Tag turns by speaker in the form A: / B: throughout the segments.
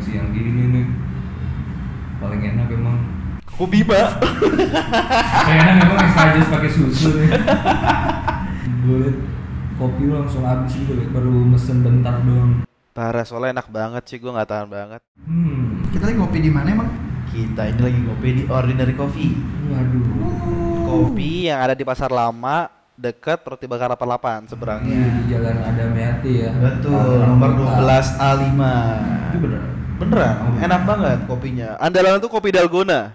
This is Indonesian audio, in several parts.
A: siang gini nih paling enak emang
B: Kobiba.
A: kayak enak emang extra just pakai susu nih gue liat kopi lu langsung habis gitu liat, baru mesen bentar doang
B: Parah soalnya enak banget sih gue nggak tahan banget.
A: hmm
C: Kita lagi ngopi di mana emang?
B: Kita ini lagi ngopi di Ordinary Coffee.
A: waduh
B: Kopi yang ada di pasar lama dekat roti bakar 88
A: Ini
B: seberangnya.
A: Iya, di jalan ada Meati ya
B: Betul,
A: Tangerang
B: nomor
A: Kota.
B: 12 A5.
A: itu bener
B: Beneran, enak banget kopinya. Andalan tuh kopi dalgona.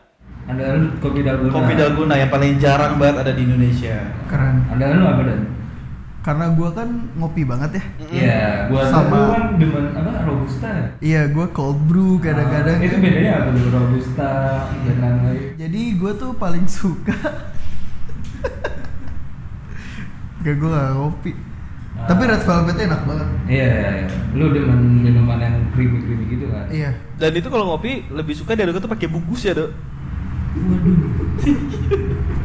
A: Andalan lu kopi dalgona
B: Kopi dalgona yang paling jarang banget ada di Indonesia.
C: Keren.
A: Andalan lu apa dan?
C: Karena gua kan ngopi banget ya.
B: Mm-mm.
A: Iya, gua
C: Sama.
A: lu kan demen apa robusta ya?
C: Iya, gua cold brew kadang-kadang.
A: Ah, itu bedanya apa tuh robusta dan lain-lain?
C: Jadi gua tuh paling suka. Gak gua gak ngopi.
A: Ah.
C: Tapi red velvet enak banget.
A: Iya, iya, iya. Lu demen minuman yang creamy-creamy gitu kan?
C: Iya.
B: Dan itu kalau ngopi lebih suka dari tuh pakai bungkus ya, Dok.
A: Waduh.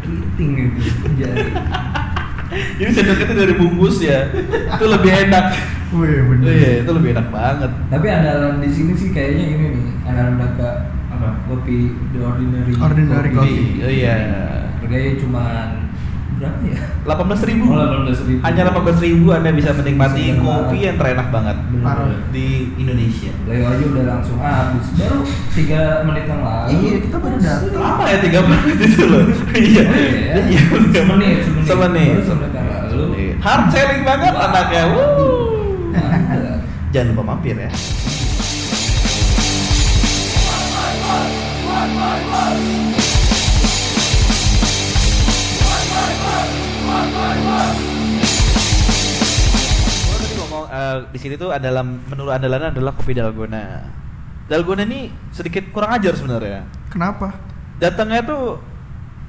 A: Keriting gitu. Jari.
B: Jadi sendoknya tuh dari bungkus ya. itu lebih enak.
C: Wih, bener.
B: Iya, itu lebih enak banget.
A: Tapi andalan di sini sih kayaknya ini nih, andalan Dhaka apa? Kopi The Ordinary.
C: Ordinary Coffee.
B: Oh iya.
A: Harganya cuma berapa ya?
B: 18.000.
A: Oh, 18.000.
B: Hanya 18.000 Anda bisa menikmati
A: Bisa
B: kopi yang terenak banget
A: Bener.
C: Parah.
B: di Indonesia.
A: Leo aja udah langsung habis. Baru 3 menit yang lalu.
C: Iya, kita baru datang.
B: Lama ya 3 menit itu loh. Iya.
A: Iya. Semenit, semenit.
B: Semenit.
A: Baru semenit yang lalu.
B: Semenit. Hard selling banget anaknya. Wuh.
A: Mantap.
B: Jangan lupa mampir ya. Gua tadi ngomong eh, di sini tuh adalah menu andalan adalah kopi dalgona. Dalgona ini sedikit kurang ajar sebenarnya.
C: Kenapa?
B: Datangnya tuh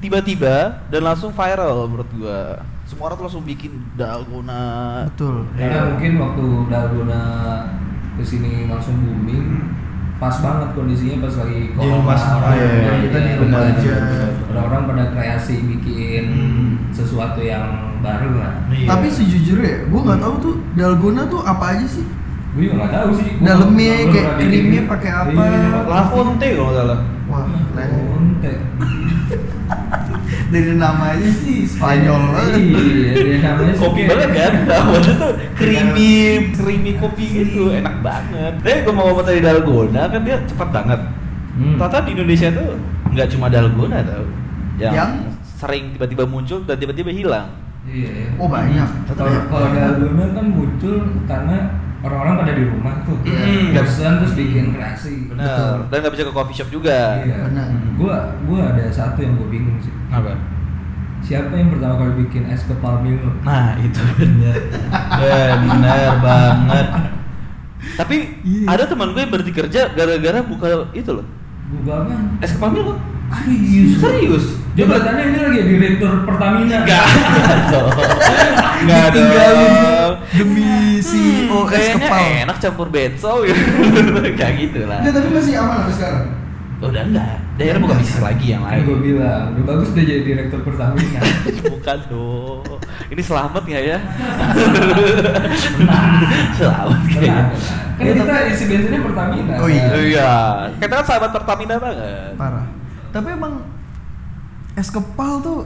B: tiba-tiba dan langsung viral menurut gua. Semua orang tuh langsung bikin dalgona.
C: Betul.
A: Karena Iya, mungkin waktu Dalgona kesini langsung booming, pas banget kondisinya pas lagi
B: Di rumah semua, iya, iya,
C: kita di rumah aja.
A: Orang-orang pada kreasi bikin
B: Hmm.
A: sesuatu yang baru lah.
B: Iya.
C: Tapi sejujurnya, gua nggak tahu tuh dalgona tuh apa aja sih.
A: Gue juga nggak tahu sih. Gua
C: Dalamnya
A: belum- belum
C: kayak
A: pernah bikin.
C: krimnya pakai apa?
A: Iya.
B: La Fonte kalau nggak salah.
C: Wah,
A: La
C: leh.
A: Fonte.
C: dari namanya sih Spanyol banget.
A: Iya, dia namanya sih
B: Kopi
A: kayak-
B: banget kan? Awalnya tuh creamy, creamy kopi gitu, enak banget. Eh, gue mau ngomong tadi dalgona kan dia cepat banget.
A: Hmm.
B: Ternyata di Indonesia tuh nggak cuma dalgona tau, yang,
C: Yang?
B: sering tiba-tiba muncul dan tiba-tiba hilang.
A: Iya. iya.
C: Oh banyak.
A: Kalau kalau dalgona kan muncul karena orang-orang pada di rumah tuh.
C: Iya.
B: Mm.
A: Bosan terus bikin kreasi.
C: Betul.
B: Benar. Dan nggak bisa ke coffee shop juga. Hmm.
A: Iya.
C: Benar.
A: Gua gua ada satu yang gua bingung sih.
B: Apa?
A: Siapa yang pertama kali bikin es kepal Milo?
B: Nah itu benar, benar banget. Tapi
C: Iya.
B: ada teman gue yang berhenti kerja gara-gara buka itu loh.
A: Gua apa?
B: Es kepal Milo.
A: kan? Serius?
B: Serius?
A: Dia kelihatannya ini lagi ya, direktur Pertamina.
B: Enggak dong. Enggak
C: Ditinggalin
B: dong.
C: demi CEO
B: Hmm,
C: es
B: kayaknya
C: kepal.
B: enak campur benso gitu. Kayak gitu lah.
C: Enggak, tapi masih aman sampai sekarang.
B: Udah enggak. Daerah bukan bisnis lagi yang
A: Kan gua
B: lain.
A: bilang, udah bagus dia jadi direktur Pertamina.
B: bukan dong. Ini selamat nggak ya? selamat kayaknya.
A: Benar, benar. Kan kita isi bensinnya Pertamina.
C: Oh iya.
A: kan?
B: Iya. Kita kan sahabat Pertamina banget.
C: Parah. Tapi emang es kepal tuh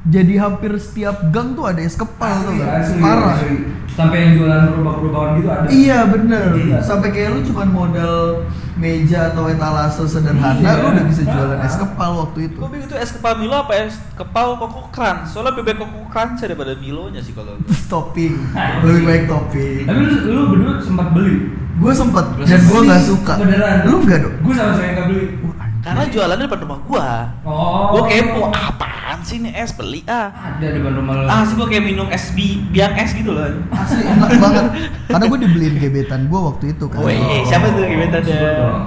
C: jadi hampir setiap gang tuh ada es kepal tuh.
A: Asli,
C: kan?
A: Iya, asli,
C: Parah.
A: asli. Sampai yang jualan gerobak-gerobakan gitu ada.
C: Iya bener.
A: Iya.
C: Sampai kayak lu cuman modal meja atau etalase sederhana
A: Iya.
C: lu udah bisa jualan
A: Ah.
C: es kepal waktu itu.
B: Gue bingung tuh es kepal Milo apa es kepal koko kran. Soalnya bebek koko kran daripada Milonya sih kalau gue.
C: topping.
A: Ah.
C: Lebih baik topping.
A: Tapi lu, lu berdua sempat beli?
C: Gue sempet
B: Lu
C: dan
B: sempet
C: gue
A: Beli.
C: nggak suka.
A: Beneran?
C: Lu nggak dong?
A: Gue sama sekali nggak beli.
C: Wah, anjing.
B: Karena jualannya depan rumah gua.
A: Oh.
B: Gua kepo apaan sih nih es beli ah.
A: Ada depan rumah lu.
B: Ah sih gua kayak minum es bi biang es gitu loh.
C: Asli enak banget. Karena gue dibeliin gebetan gue waktu itu kan.
B: Woi. Eh, siapa tuh gebetannya?
A: Oh. sebut dong.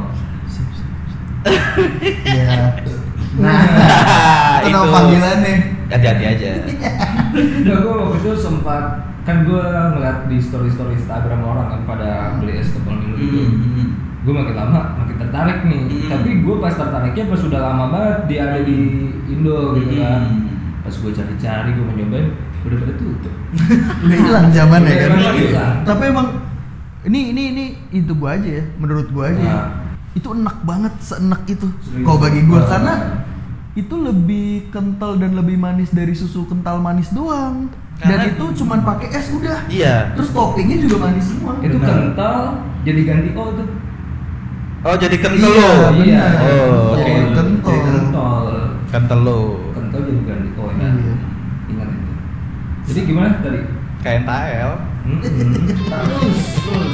C: Sip, sip, sip. Iya. Nah,
B: Ah,
C: itu nama panggilannya.
B: Hati-hati aja.
A: Nah, gue waktu itu sempat kan gue ngeliat di story story Instagram orang kan pada beli es kepal minggu itu.
C: Mm-hmm.
A: Gue makin lama makin tertarik nih.
B: Hmm.
A: Tapi gue pas tertariknya pas sudah lama banget dia ada di Indo gitu kan.
B: Hmm.
A: Pas gue cari-cari gue mau nyobain udah pada tutup.
C: Udah hilang zaman ya
A: Udah
C: kan.
A: hilang, hilang.
C: Tapi emang Ini ini ini itu gua aja ya, menurut gua aja. ya.
A: Nah.
C: Itu enak banget, seenak itu.
A: Serius.
C: Kalau bagi gua
A: Nah.
C: karena itu lebih kental dan lebih manis dari susu kental manis doang.
B: Karena-
C: dan itu cuman pakai es udah.
B: Iya.
C: Terus toppingnya juga manis semua.
A: itu kan-
B: Benar.
A: kental jadi ganti O tuh
B: Oh jadi kental
C: Iya,
B: lo.
C: benar.
B: Oh, oke.
A: Jadi
C: Kental.
A: jadi kental
B: Kental lo.
A: kental jadi ganti O ya
C: Iya.
A: ingat itu jadi gimana tadi
B: KNTL.
A: Hmm, hmm. terus terus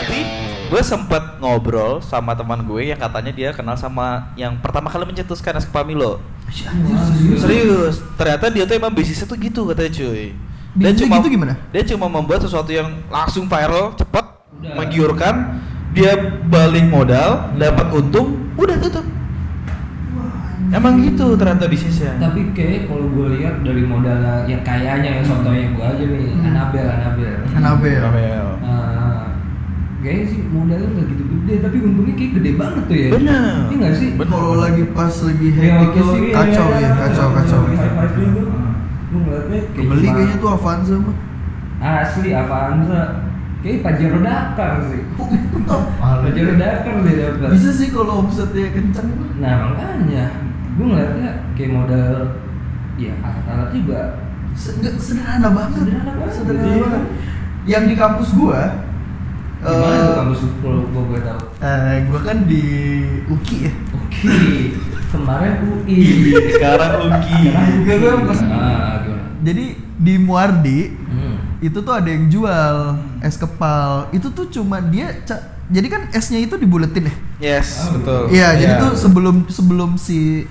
B: Tapi gue sempet ngobrol sama teman gue yang katanya dia kenal sama yang pertama kali mencetuskan es Pamilo.
C: Ih, anjir,
A: Wah,
C: serius.
B: Serius, ternyata dia tuh emang bisnisnya tuh gitu katanya cuy. Dia
C: Bisnisnya
B: cuma
C: gitu gimana?
B: Dia cuma membuat sesuatu yang langsung viral, cepet,
A: Udah.
B: menggiurkan, dia balik modal,
A: Hmm.
B: dapat untung, udah tutup. Emang gitu ternyata bisnisnya.
A: tapi kayak kalau gue lihat dari modal yang kayaknya yang contohnya gue aja nih
C: Hmm.
A: Anabel Anabel
C: Anabel.
A: Ah, kayaknya sih modalnya nggak gitu gede tapi untungnya kayak gede banget tuh ya
B: Bener.
A: iya nggak sih
B: Bener.
C: Kalau lagi pas lagi
A: Iya,
C: hektik tuh kacau ya, kacau kacau.
A: gue ngeliatnya kayak
C: Kebeli
A: cuma-
C: kayaknya tuh Avanza mah.
A: asli Avanza kayak Pajero Dakar sih Pajero
C: Malah.
A: Dakar dia dapat
C: Bisa sih kalau omsetnya kencang mah.
A: nah makanya gue ngeliatnya kayak modal ya alat-alat juga
C: Se- nggak, sederhana banget
A: Sederhana banget.
C: Sederhana
A: Iya.
C: banget. yang di kampus gua
A: gimana tuh
C: eh,
A: kamu sepuluh gue boleh tahu
C: eh, gua kan di UKI ya
A: oke kemarin UI
C: Iya.
B: Sekarang Ugi.
A: Sekarang UI.
C: Gak, gue pas-
A: Ah, gimana?
C: jadi di Muardi
A: Hmm.
C: itu tuh ada yang jual es kepal itu tuh cuma dia ca- jadi kan esnya itu dibuletin ya
B: Yes,
A: Ah,
B: betul.
C: Iya, jadi
B: Iya.
C: tuh sebelum sebelum si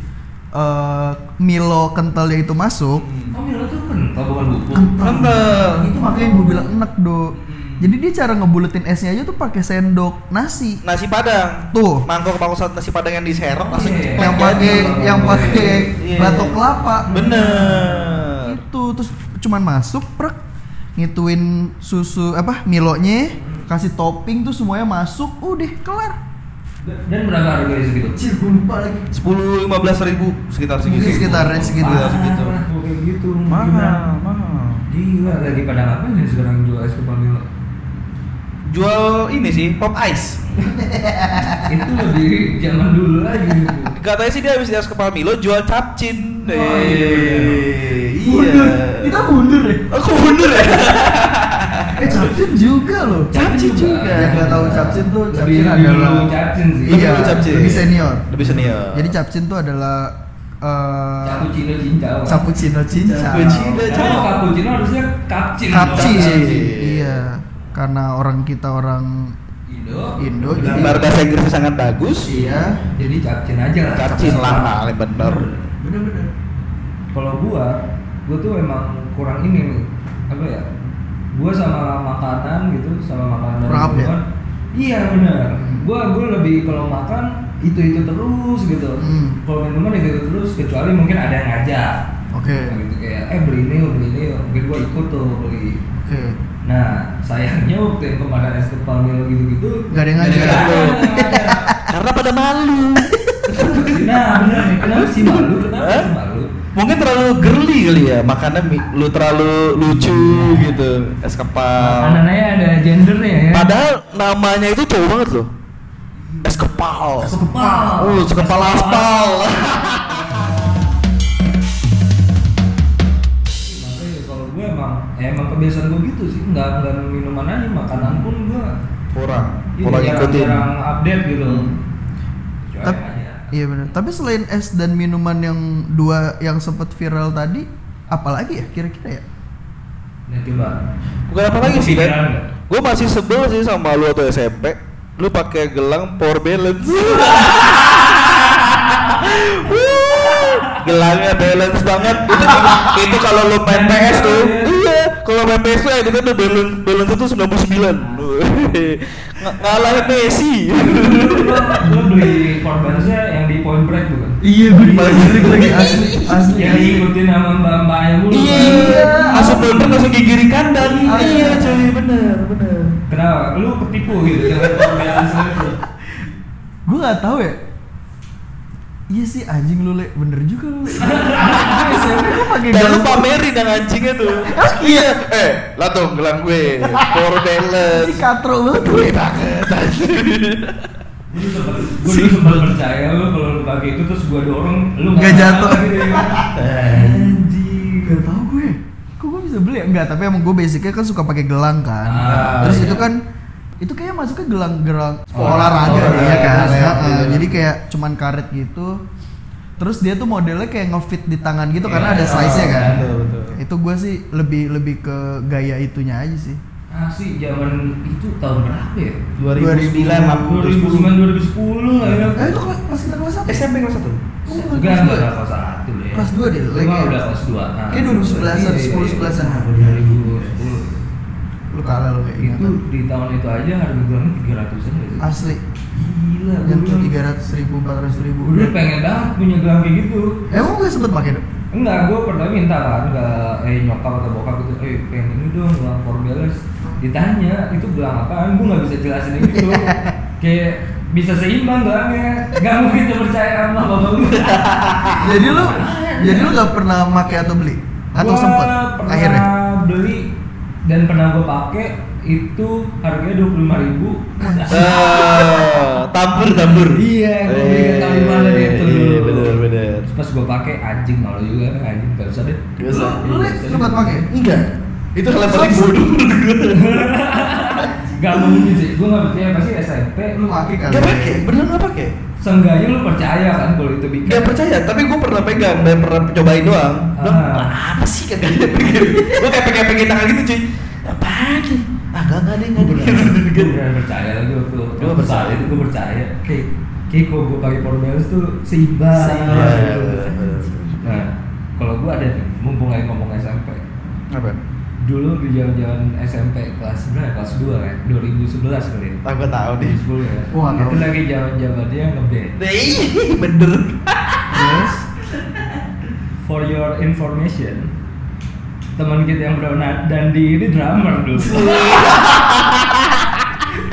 C: eh, Milo kentalnya itu masuk
B: Hmm.
A: Oh, Milo tuh kental bukan buku.
B: Kental.
C: itu makanya gua bilang enak
B: Hmm.
C: do jadi dia cara ngebuletin esnya aja tuh pakai sendok nasi
B: Nasi Padang.
C: Tuh.
B: Mangkok mangkok saat nasi Padang yang diserok langsung
A: Iya.
B: ceplok
C: yang
B: jadi.
C: pakai yang pakai
B: Iya.
C: batok kelapa
B: Bener.
C: itu Gitu, terus cuman masuk prek ngituin susu apa milonya kasih topping tuh semuanya masuk udah kelar
A: Dan berapa harganya segitu?
C: Cih, gue lupa lagi
B: Sepuluh lima belas ribu sekitar segitu.
C: Mungkin sekitar segitu.
A: Parah,
B: Segitu.
A: Ah, Kayak gitu.
B: Mahal, mahal.
A: Gila, lagi pada ngapain ya sekarang jual es kepal Milo?
B: Jual ini sih pop ice.
A: Itu lebih zaman dulu lagi.
B: Katanya sih dia habis dari kepala Milo jual capcin.
A: Oh,
B: Eh,
A: iya,
C: mundur kita mundur ya
B: Aku mundur ya.
C: eh capcin juga loh
A: Capcin juga.
C: yang nggak tahu capcin tuh
A: Lebih-
C: capcin
A: lebih
C: adalah
A: dulu capcin sih.
C: iya
B: Lebih dulu capcin.
C: lebih senior
B: Lebih senior.
C: jadi capcin tuh adalah eh,
A: Cappuccino cincau.
C: cappuccino Iya. cincau
B: Cappuccino.
A: Kalau cappuccino harusnya kapcin.
C: Kapcin.
B: Kapcin.
C: Iya. Karena orang kita orang
A: Indo.
C: Indo, jadi-
B: Gambar bahasa Inggris sangat bagus.
C: Iya.
A: Jadi capcin aja lah.
B: Capcin lah, paling bener.
C: Bener-bener.
A: kalau gua gua tuh emang kurang ini nih apa ya gua sama makanan gitu sama makanan
C: Kurang update?
A: minuman. iya benar
C: Hmm.
A: gua gua lebih kalau makan itu itu terus gitu
C: Hmm.
A: kalau minuman itu, terus kecuali mungkin ada yang ngajak
C: Oke.
A: Nah, gitu kayak eh beli ini yuk, beli ini yuk. mungkin gua ikut tuh beli
C: Oke.
A: nah sayangnya waktu yang kemarin es kepal Milo gitu-gitu
C: Nggak ada yang
A: nggak
C: ngajak.
A: ada yang ngajak.
B: Karena pada malu.
A: nah benar nih kenapa sih malu kenapa sih malu
B: Mungkin terlalu girly kali ya, makanya mi- lu terlalu lucu gitu, es kepal.
A: makanannya ada gendernya ya
B: Padahal namanya itu cowok banget loh. Es kepal.
A: Sekepal.
B: Oh, es kepal aspal.
A: Makanya kalau gue emang ya emang kebiasaan gue gitu sih, nggak nggak minuman aja, makanan pun gue
B: Kurang,
A: ya
B: kurang Hmm. ikutin.
A: jarang update gitu. Kecuali
C: Tapi
A: aja.
C: iya bener. Tapi selain es dan minuman yang dua yang sempat viral tadi, apalagi ya kira-kira ya?
A: Nah, coba.
B: Bukan apa lagi sih,
A: Kepikiran
B: kan?
A: nggak?
B: Gue masih sebel sih sama lu atau SMP. Lu pakai gelang power balance. Wuh, Gelangnya balance banget. Itu, itu kalau lu main PS tuh. Iya, kalau main PS tuh itu tuh balance balance itu 99. Ng- Ngalahin Messi.
C: Iya.
A: Lo lo beli korbannya yang di Point Break bukan?
C: Iya,
B: gue juga.
C: lagi Iya, asli asli.
A: Yang diikutin sama mbak mbaknya mulu.
B: Iya,
A: kan?
B: asup balance langsung gigiri kandang.
C: Iya.
B: Iya, cuy, bener, bener.
A: Kenapa? Lu ketipu gitu dengan korban itu.
C: Gue nggak tahu ya. Iya sih anjing lu le, bener juga lu le. Kok pakai
B: Dan lu
C: gelang?
B: pamerin yang anjingnya tuh. iya. Eh, lah tuh gelang gue. Power
C: Ini
B: balance.
C: katro banget.
B: Gue banget.
A: Gue dulu sempat, gue dulu sempat percaya lu kalau lu pakai itu terus gue dorong, lu
C: Nggak jatuh.
A: gitu ya. Anjing.
C: Gak tau gue. Kok gue bisa beli ya? Enggak, tapi emang gue basicnya kan suka pakai gelang kan.
A: Ah,
C: Terus
A: iya.
C: itu kan itu kayaknya masuknya gelang-gelang
A: Oh,
C: olahraga
A: olahraga,
C: ya kan.
A: iya,
C: Heeh,
A: iya.
C: Jadi kayak cuman karet gitu. Terus dia tuh modelnya kayak ngefit di tangan gitu karena
A: Iya,
C: ada size-nya kan.
A: betul, betul.
C: Itu gue sih lebih lebih ke gaya itunya aja sih.
A: Ah sih zaman itu tahun berapa ya?
C: 2009,
A: 2009 2010 lah ya.
C: Eh itu kelas kelas kita kelas satu. Oh,
D: SMP kelas satu.
A: Enggak, enggak enggak, kelas 1 deh.
C: Kelas dua deh,
A: Lu
C: kayak-
A: mah udah kelas 2. Nah, iya.
C: kayak 2011-an, 10-11-an.
A: 2010.
C: iya, Lu kalah lu kayak
A: Itu
C: ingatan.
A: di tahun itu aja harga gelangnya 300-an gak sih?
C: Asli.
A: ya. Gila,
C: Yang
A: gue
C: tiga ratus ribu, empat ratus ribu.
A: Gue dulu pengen banget punya gelang kayak gitu.
C: Emang gue sempet pakai dong.
A: Enggak, gue pernah minta kan ke eh, nyokap atau bokap gitu, eh pengen ini dong gelang for balance. Ditanya, itu gelang apaan? Gue gak bisa jelasin gitu. Kayak bisa seimbang gelangnya. Gak mungkin percaya sama bapak gue. Ah.
C: Jadi lu, jadi lu gak pernah pakai atau beli atau
A: Gua
C: sempet
A: pernah
C: akhirnya.
A: beli dan pernah gue pakai itu harganya dua puluh lima ribu
B: Ah, tambur tambur.
A: Iya, gua beli
B: Eh,
A: ke Kalimantan itu.
B: Iya, benar benar.
A: pas gue pakai anjing malu juga kan anjing gak usah deh
B: Gak usah.
C: Lu Lek, sempet pakai? Iya,
B: Enggak. Itu hal yang paling bodoh menurut gue.
A: gak mungkin sih gue gak percaya pasti SMP lu
C: Pakai kan?
B: Gak pakai, bener gak pakai.
A: seenggaknya lu percaya kan kalau itu bikin
B: Gak percaya, tapi gue pernah pegang dan pernah cobain doang. Bilang,
A: Ah.
B: apa sih katanya pikir? Gue kayak pegang-pegang tangan gitu cuy. Apaan nih? Ah gak gak deh gak deh.
A: gue beneran Iya, percaya lagi waktu
B: Lu
A: waktu
B: percaya?
A: saat itu gue percaya kayak kayak kalau gue pakai power balance tuh
B: Ah,
A: seimbang
B: Seimbang.
A: gitu.
B: iya,
A: nah kalau gue ada nih, mumpung lagi ngomong SMP
B: Apa?
A: dulu di zaman-zaman SMP kelas berapa ya? kelas 2 kan 2011 kali ya
B: Ah gue tau deh.
A: 2010 ya
C: Wah,
A: itu
C: tahu.
A: lagi zaman-zamannya ngeband
B: Ih, Nah, iya, bener.
C: Terus?
A: for your information teman kita yang bernama Dandi ini drummer dulu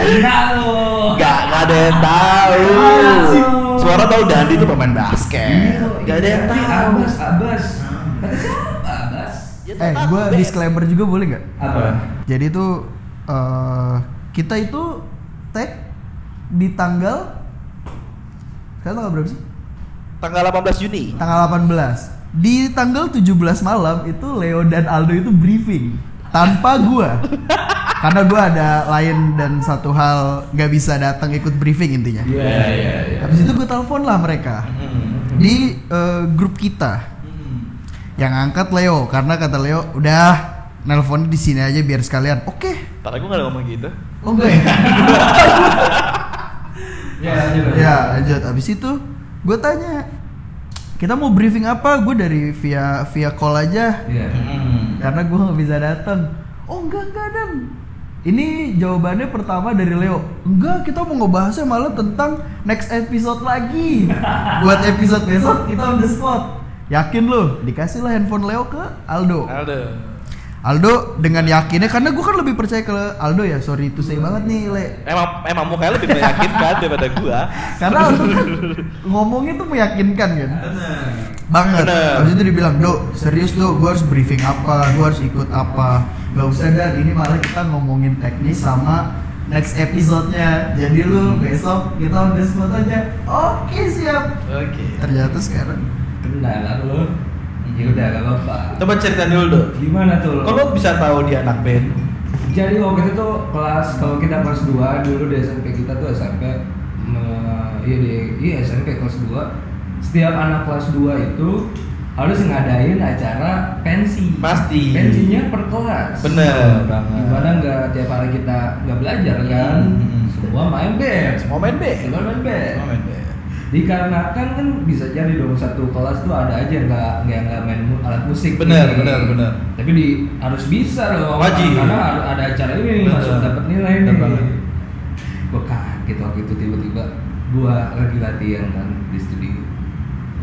A: kenal lo
B: Gak, gak ada yang tahu. iya.
A: Asik.
B: Suara tahu Dandi itu pemain basket. Gak Gitu. ada yang tahu.
A: Iya, abas abas kata siapa abas
B: Ya,
C: Eh,
B: tahu,
C: gue
B: Bet.
C: disclaimer juga boleh nggak?
A: apa
C: Jadi itu eh kita itu tag di tanggal sekarang tanggal berapa sih?
B: Tanggal 18 Juni.
C: Tanggal 18 Di tanggal 17 malam itu Leo dan Aldo itu briefing Tanpa gua Karena gua ada lain dan satu hal nggak bisa datang ikut briefing intinya
A: iya iya iya
C: Habis itu gue telepon lah mereka
B: Mm-hmm.
C: Di eh, grup kita Yang angkat Leo Karena kata Leo udah nelpon di sini aja biar sekalian Oke
B: Padahal gue gak ada ngomong gitu.
C: Oh enggak ya?
A: ya lanjut lanjut.
B: Iya.
C: ya lanjut abis itu gue tanya kita mau briefing apa gue dari via via call aja
A: Iya.
B: Mm-hmm.
C: karena gue nggak bisa datang oh enggak enggak dan ini jawabannya pertama dari Leo enggak kita mau ngebahasnya malah tentang next episode lagi buat episode besok kita on the spot yakin lo dikasihlah handphone Leo ke Aldo
B: Aldo.
C: Aldo dengan yakinnya karena gue kan lebih percaya ke Aldo ya sorry itu saya banget nih Le
B: Emang emang mukanya lebih meyakinkan daripada gua.
C: karena Aldo kan ngomongnya tuh meyakinkan kan banget
B: Bener.
C: habis itu dibilang do serius do gue harus briefing apa gue harus ikut apa gak usah dan ini malah kita ngomongin teknis sama next episode-nya jadi lu besok kita on the spot aja oke siap
B: Oke.
C: ternyata sekarang
A: kenal lah lo ya udah gak apa-apa
B: Coba cerita dulu dong.
A: gimana tuh lo?
B: Kok lo bisa tahu dia anak band?
A: Jadi waktu itu tuh kelas kalau kita kelas 2 dulu di SMP kita tuh SMP me- iya di iya SMP kelas 2 setiap anak kelas 2 itu harus ngadain acara pensi.
B: Pasti.
A: Pensinya per kelas.
B: Bener banget.
A: Gimana nggak tiap hari kita nggak belajar kan?
B: Hmm.
A: Semua main band.
B: Mau main band?
A: Semua main band.
B: Mau main band.
A: Dikarenakan kan bisa jadi dong satu kelas tuh ada aja yang nggak nggak nggak main mu- alat musik.
B: Bener,
A: nih.
B: bener, bener.
A: Tapi di harus bisa dong.
B: Wajib.
A: Karena ada- ada acara ini nih,
B: Bener.
A: masuk dapat nilai nih.
B: Bener banget.
A: Gue kaget waktu itu tiba-tiba gue lagi latihan kan di studio.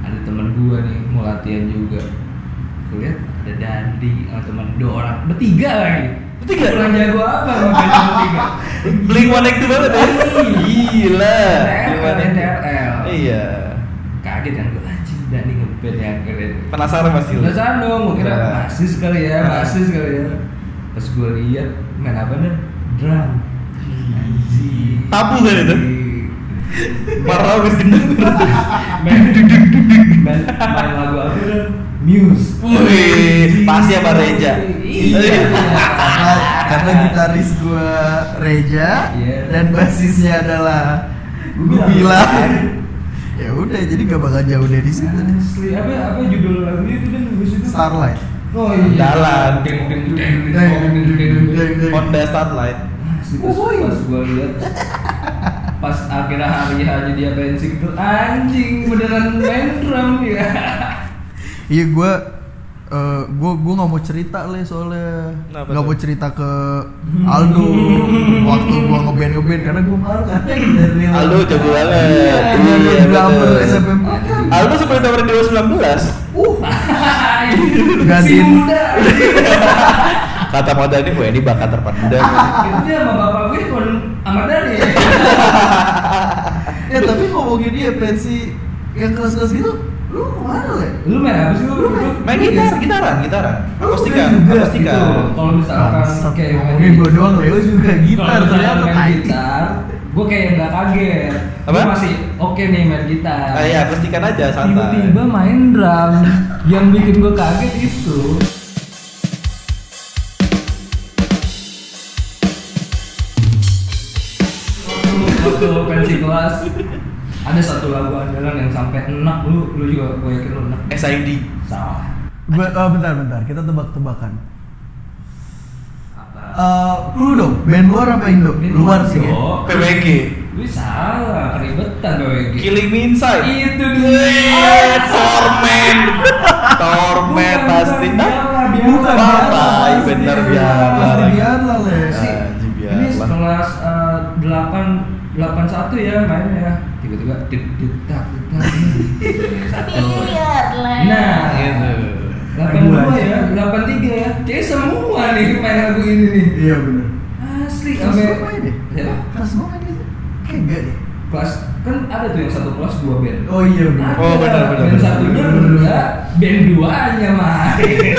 A: Ada temen gue nih mau latihan juga. Gue lihat ada Dandi sama temen dua orang bertiga lagi.
B: Bertiga?
A: Kurang jago apa sama band bertiga?
B: ya?
A: Iya.
B: Blink One Eighty banget ya. Gila.
A: NTRL.
B: Iya.
A: Kayak kaget kan gue anjing Dani ngeband yang keren
B: Penasaran pasti lu.
A: penasaran dong gue kira
B: Nah.
A: masih sekali ya
B: Nah.
A: masih sekali ya pas gue lihat main apa nih drum anjing
B: Tabu kan itu? Parah habis gendeng.
A: main main main lagu apa dah? Muse
B: Wih, pasti apa Reja?
A: iya
C: karena, karena gitaris gua Reja
A: Iya.
C: dan basisnya adalah
A: Gua
C: gua bilang ya udah jadi gak bakal jauh dari situ deh.
A: asli apa apa judul lagunya itu dan Muse itu
C: Starlight
A: oh iya
B: Jalan.
A: deng deng deng deng deng deng deng
B: Honda Starlight.
A: Asli, pas,
C: Uhuy.
A: pas gue lihat pas akhirnya hari aja dia bensin tuh anjing beneran main drum ya
C: iya gua eh, gua gua nggak mau cerita le soalnya
B: Kenapa
C: nggak
B: tuh?
C: mau cerita ke Aldo waktu gua ngeband ngeband karena gua malu katanya dari
B: Aldo jago banget.
C: iya
B: Iya,
C: iya drummer
B: betul.
C: SMM
B: Aldo sebelum ditawarin di 19
C: uh
A: si
C: Gantiin.
A: muda
B: Kata Pak Dhani, wah ini bakat terpendam
A: itu sama bapak gue cuma Ahmad Dhani
C: ya tapi ngomongin dia pensi yang kelas-kelas gitu lu kemana le
A: lu main apa sih lu
C: Lu main-
A: berdua?
B: Main gitar, gitaran, gitaran
C: Oh,
B: Akustika,
C: main juga,
B: akustika
A: gitu kalau misalkan
C: Bangsat,
A: kayak
C: ngomongin gua doang Leo juga gitar
A: Kalau misalkan
C: ternyata
A: main
C: tai.
A: gitar gue kayak nggak kaget
B: Apa?
A: Gua masih oke nih main gitar
B: Ah iya, akustikan aja, santai
A: tiba-tiba main drum yang bikin gue kaget itu waktu pensi kelas ada satu lagu andalan yang sampai enak lu lu juga gue yakin lu enak
B: SID
A: salah
C: Gua, oh, bentar bentar kita tebak-tebakan
A: apa
C: Eh, lu dong band luar apa Indo luar sih ya
A: Yo,
B: PWG
A: lu salah keribetan dong
B: Killing Me Inside
A: Itu dia.
B: dia Torment Torment pasti
A: Bukan, biarlah,
C: bukan
A: biarlah.
B: Partai, bener, biarlah.
C: pasti biarlah le
A: Sih,
B: Anjing,
A: ini
B: biarlah.
A: kelas delapan delapan satu ya mainnya ya tiba-tiba tit tit tak tit tak satu
D: Biarlah.
A: nah delapan
B: Gitu.
C: Lagu
A: dua
C: aja.
A: ya delapan tiga ya kayak semua nih main lagu ini nih
C: iya bener
B: Iya,
A: asli
C: kelas
A: sampai-
C: gua main deh
A: Ya,
C: kelas gua main gitu kayak enggak deh
A: kelas kan ada tuh yang satu kelas dua band
C: oh iya bener
B: Oh, benar, benar,
A: band
B: benar.
A: satunya
C: Benar, benar.
A: enggak band duanya main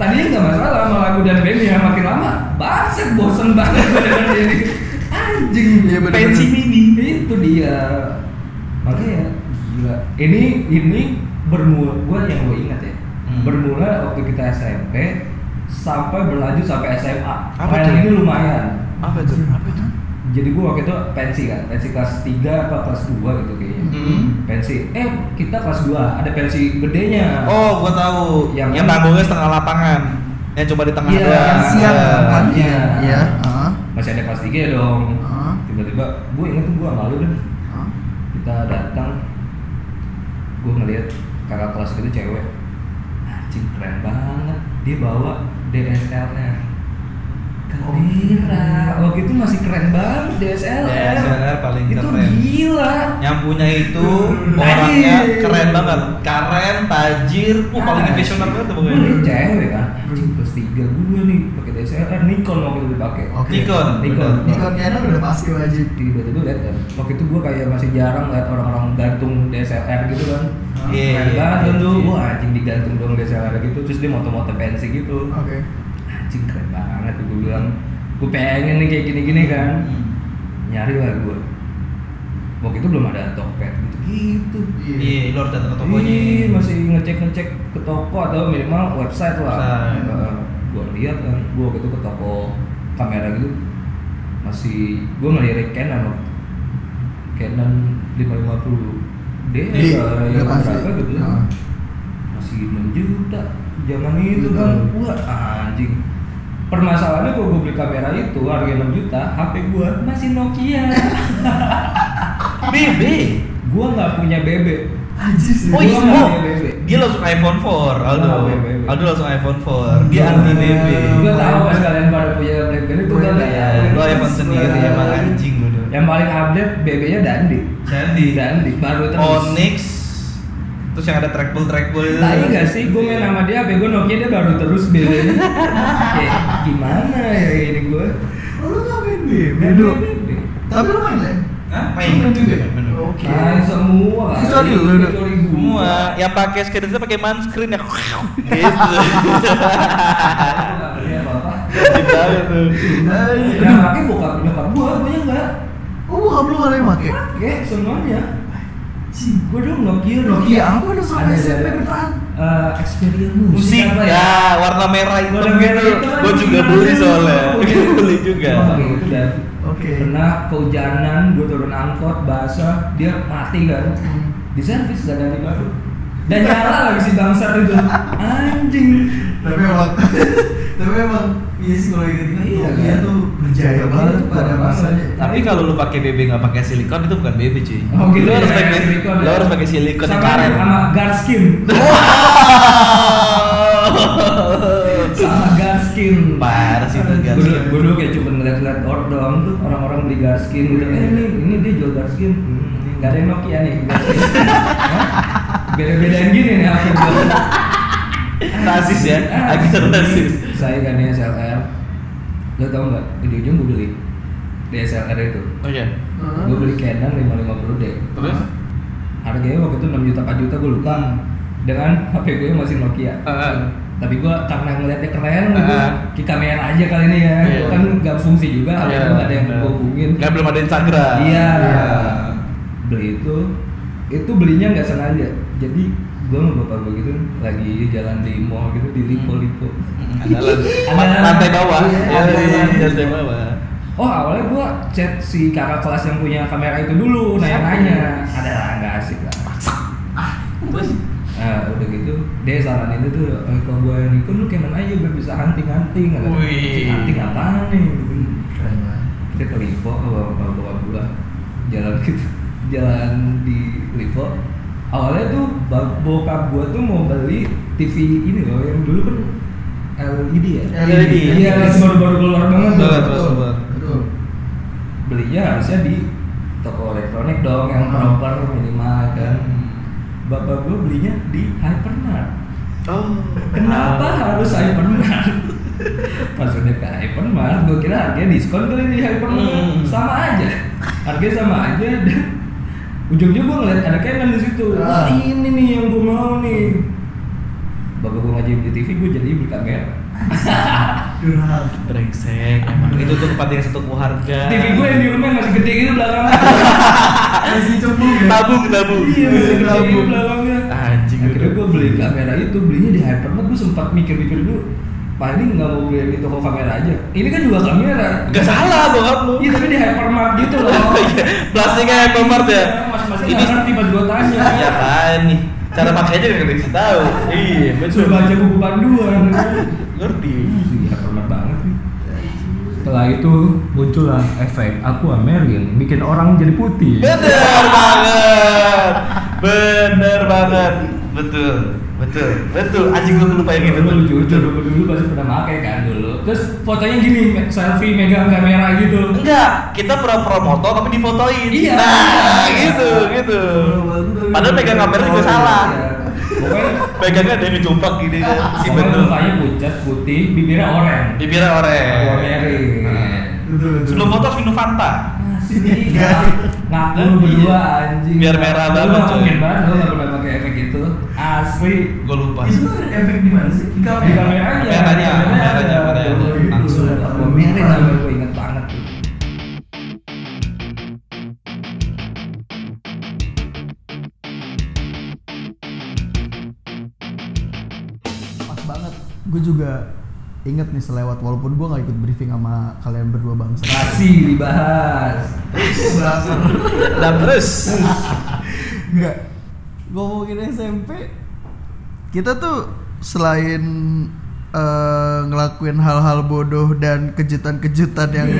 A: tadinya nggak masalah sama lagu dan bandnya makin lama bangsat bosen banget gua dengerin ini anjing
C: Iya, bener,
B: Pensi
C: bener.
B: mini
A: itu dia makanya gila ini ini bermula gua yang gue ingat ya
B: Hmm.
A: bermula waktu kita SMP sampai berlanjut sampai SMA
B: Apa
A: Kayak
B: tuh?
A: ini lumayan
B: Apa itu? Apa itu?
A: jadi gua waktu itu pensi kan pensi kelas 3 apa kelas 2 gitu kayaknya
B: Hmm.
A: pensi eh kita kelas 2 ada pensi gedenya
B: Oh, gua tahu.
A: Yang-
B: Yang, panggungnya setengah lapangan. Yang cuma di tengah
A: Iya,
B: doang.
C: Makan siang
B: Iya.
A: Ah,
C: kan
A: iya.
C: iya iya heeh.
A: masih ada kelas 3 dong
C: Heeh.
A: tiba-tiba gue inget tuh gue malu deh
C: Heeh.
A: kita datang gue ngeliat kakak kelas itu cewek anjing keren banget dia bawa DSL nya Gembira,
B: Oh.
A: waktu itu masih keren banget DSL
B: DSLR paling
A: itu
B: keren.
A: gila
B: Yang punya itu
A: Hmm,
B: orangnya
A: anjing.
B: keren banget. Keren, tajir, wah paling visioner banget tuh
A: pokoknya
B: pokoknya.
A: cewek kan anjing kelas 3 gue nih pakai DSLR Nikon waktu itu dipakai
C: Oke.
B: Nikon,
A: Nikon.
C: Ini kalau Canon udah pasti wajib
A: tiba-tiba lihat kan waktu itu gue kayak masih jarang lihat orang-orang gantung DSLR gitu kan
B: Iya,
A: keren
B: iya,
A: banget
B: iya,
A: kan tuh
B: iya.
A: wah anjing digantung dong DSLR gitu terus dia moto-moto pensi gitu
C: Oke.
A: anjing keren banget gue bilang gue pengen nih kayak gini-gini kan nyari lah gue waktu itu belum ada Tokped gitu.
C: Gitu,
A: gitu-gitu
B: Iya, lu harus datang ke tokonya.
A: Ih, masih ngecek-ngecek ke toko atau minimal website lah.
B: Website.
A: Heeh. gua lihat kan, gua waktu itu ke toko kamera gitu masih gua ngelirik Canon waktu itu. Canon 550D
C: Di,
A: ya,
C: udah pasti.
A: berapa gitu ya.
C: Heeh.
A: Masih 6 juta zaman itu kan.
C: Betul.
A: Wah, anjing. Permasalahannya gua, gua beli kamera itu harga 6 juta, HP gua masih Nokia.
B: BB.
A: gua nggak punya BB.
C: Anjir sih.
B: Oh iya,
A: Gua nggak
B: oh.
A: punya BB.
B: dia langsung iPhone 4, Aldo.
A: Nggak, BB.
B: Aldo langsung iPhone 4. Dia anti BB.
A: Gue tahu pas kalian pada punya BlackBerry itu kan
B: Iya, lu iPhone sendiri emang anjing lu.
A: Yang paling update BB-nya Dandi.
B: Jadi
A: Dandi baru Ya, terus.
B: Onyx terus yang ada trackball trackball itu.
A: Tai gak sih gue main sama dia, HP gue Nokia dia baru terus BB-nya. Kayak gimana ya ini gue?
C: Lu ngapain deh? Bedo. Tapi lu main le?
B: Iya. Hah? Main Iya, juga.
C: Oh, Oke.
A: Lain semua. kali.
C: Kecuali lu, lu.
A: Kecuali gua.
B: semua yang pakai screen pakai manscreen ya gitu
A: Aku nggak beli apa-apa.
B: Dibangun tuh.
C: Ay,
A: Yang pakai bokap nyokap gua, gua enggak.
C: Oh, bokap lu ya? ada yang pake?
A: Pakai semuanya. Si gua dong Nokia,
B: Iya.
C: Nokia apa lu Iya, sampai
A: Ada,
C: SMP
A: ada.
C: bertahan?
A: Eh, experience
B: musik
A: apa
B: ya warna merah itu
A: Warna merah itu kan
B: gue juga
A: gimana?
B: beli soalnya beli juga
A: Cuma pakai itu dan
C: Oke.
A: pernah kehujanan gue turun angkot basah dia mati kan di servis gak ganti baru dan nyala lagi si bangsat itu anjing
C: Tapi emang tapi emang iya sih kalau ingat-ingat
A: Iya,
C: Nokia
A: kan?
C: tuh berjaya banget
A: Iya,
C: pada
A: banget.
C: masanya.
B: tapi kalau lu pakai BB nggak pakai silikon itu bukan BB cuy
A: Oh, gitu
B: lu
A: ya,
B: harus pakai
A: silikon
B: lu
A: ya.
B: harus pakai silikon yang
A: sama
B: karet
A: sama guard skin sama guard skin
B: Parah sih itu guard skin.
A: gue dulu kayak cuma ngeliat-ngeliat orang doang tuh orang-orang beli guard skin gitu eh ini ini dia jual guard skin hmm, gak ada yang Nokia nih guard skin Hah? beda-bedain gini nih aku
B: rasis ya
A: Ah,
B: agak rasis
A: saya kan SLR lo tau nggak ujung-ujung gue beli di SLR itu
B: oh iya
C: Heeh.
A: gue beli Canon 550D
B: terus
A: harganya waktu itu 6 juta 4 juta gue lupa dengan HP gue yang masih Nokia
B: Heeh.
A: tapi gue karena ngeliatnya keren gitu
B: Ah.
A: di kamera aja kali ini ya
B: Iya.
A: kan nggak fungsi juga HP gue nggak ada yang gue hubungin
B: Nggak, belum ada Instagram
A: Iya.
B: Iya.
A: Beli itu itu belinya nggak sengaja. Jadi gua sama bapak gua gitu lagi jalan di mall gitu di lipo-lipo.
B: Andalan.
A: Andalan.
B: lantai bawah
A: Iya,
B: Ya,
A: andalan.
B: lantai bawah
A: Oh awalnya gua chat si kakak kelas yang punya kamera itu dulu nanya-nanya. Ada lah nggak asik lah. Nah, udah gitu dia saranin itu tuh eh, kalau gua yang ikut lu Canon aja biar bisa hunting-hunting. Kata,
B: Wih.
A: Hunting apaan nih? Gitu.
C: Keren banget.
A: kita ke Lipo eh, bawa bawa bawa gua jalan gitu jalan di Lipo awalnya tuh ba- bokap gua tuh mau beli TV ini loh yang dulu kan LED ya
B: LED.
A: iya
C: Yes.
A: baru baru keluar banget tuh.
B: Betul, betul, betul.
C: Betul.
A: belinya harusnya di toko elektronik dong yang
C: Hmm.
A: proper minimal kan bapak gua belinya di Hypermart
B: oh
A: Kenapa
C: Ah.
A: harus Hypermart? Maksudnya ke Hypermart, gue kira harganya diskon kali di Hypermart
B: Hmm.
A: sama aja, harganya sama aja. Dan ujung-ujung gue ngeliat ada Canon di situ. Wah
C: Ah.
A: ini nih yang gue mau nih. Bapak gue ngajin di TV, gue jadi beli kamera.
C: Durhal.
B: brengsek emang itu tuh tempat yang satu keluarga
A: TV gue yang di rumah yang masih gede gitu belakangnya.
C: Masih cembung ya.
B: tabung tabung
A: iya, masih gede gitu belakangnya.
B: anjing
A: Akhirnya gue beli kamera itu, belinya di Hypermart. Gue sempat mikir-mikir dulu, paling nggak mau beli yang di toko kamera aja. Ini kan juga kamera.
B: Gak salah bokap lu
A: Iya tapi di hypermart gitu loh.
B: plastiknya Hypermart ya
A: Mas-masnya
B: ini
A: ini ngerti pas gua tanya.
B: iya kan nih cara pakainya gak dikasih tahu iya betul
A: Coba baca buku panduan.
B: ngerti
A: Iya hypermart banget nih. Setelah itu muncullah efek aku American bikin orang jadi putih.
B: bener banget bener banget betul betul betul anjing gue lupa yang itu
A: Dulu lucu lucu dulu dulu pasti pernah pakai kan dulu. Terus fotonya gini selfie megang kamera gitu.
B: enggak kita pura-pura moto tapi difotoin
A: Iya.
B: nah gitu gitu padahal pegang kamera
C: Iya.
B: juga salah
A: Pokoknya
B: pegangnya ada yang ngejumpak gini kan si
A: Pokoknya
B: betul
A: mukanya pucat, putih, bibirnya oranye. Iya.
B: bibirnya
A: Aku
B: oranye
A: American.
C: Betul. betul.
B: Nah. sebelum foto minum fanta
A: Sini ngaku
C: Iya.
A: lu berdua anjing.
B: Iya. Biar merah banget,
A: Lu gak
B: coy.
A: mungkin banget lu gak pernah pakai efek itu. Asli.
B: gue lupa
C: Itu ada efek di mana sih? Di
A: Di kamera aja.
B: Kameranya, kameranya, kameranya.
A: Langsung
C: Langsung.
A: aku merah namanya gue inget banget tuh.
C: Pas banget. Gue juga inget nih selewat walaupun gue nggak ikut briefing sama kalian berdua bangsa.
A: Masih dibahas.
B: dan terus
C: Enggak. Ngomongin SMP, kita tuh selain eh, ngelakuin hal-hal bodoh dan kejutan-kejutan yang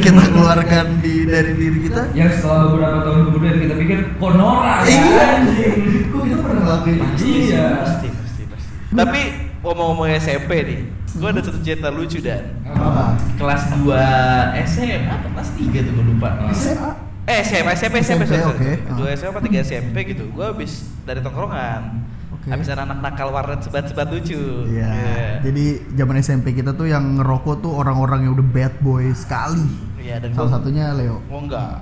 C: kita keluarkan di dari diri kita.
A: Yang Ya, setelah beberapa tahun kemudian kita pikir kok norak ya
C: Iya.
A: anjing.
C: Kok kita pernah ngelakuin
A: Iya.
B: pasti pasti pasti tapi ngomong-ngomong SMP nih gue ada satu cerita lucu dan
C: apa?
B: kelas 2 SMA apa kelas 3 tuh gue lupa
C: SMA.
B: eh SMA SMP SMP
C: SMP,
B: sorry, sorry.
C: oke. Hmm.
B: dua SMA apa tiga SMP gitu gue habis dari tongkrongan
C: Oke.
B: habis ada anak nakal warnet sebat-sebat lucu
C: Iya.
B: Iya.
C: Jadi zaman SMP kita tuh yang ngerokok tuh orang-orang yang udah bad boy sekali.
B: iya dan gua-
C: Salah satunya Leo.
B: Gua enggak.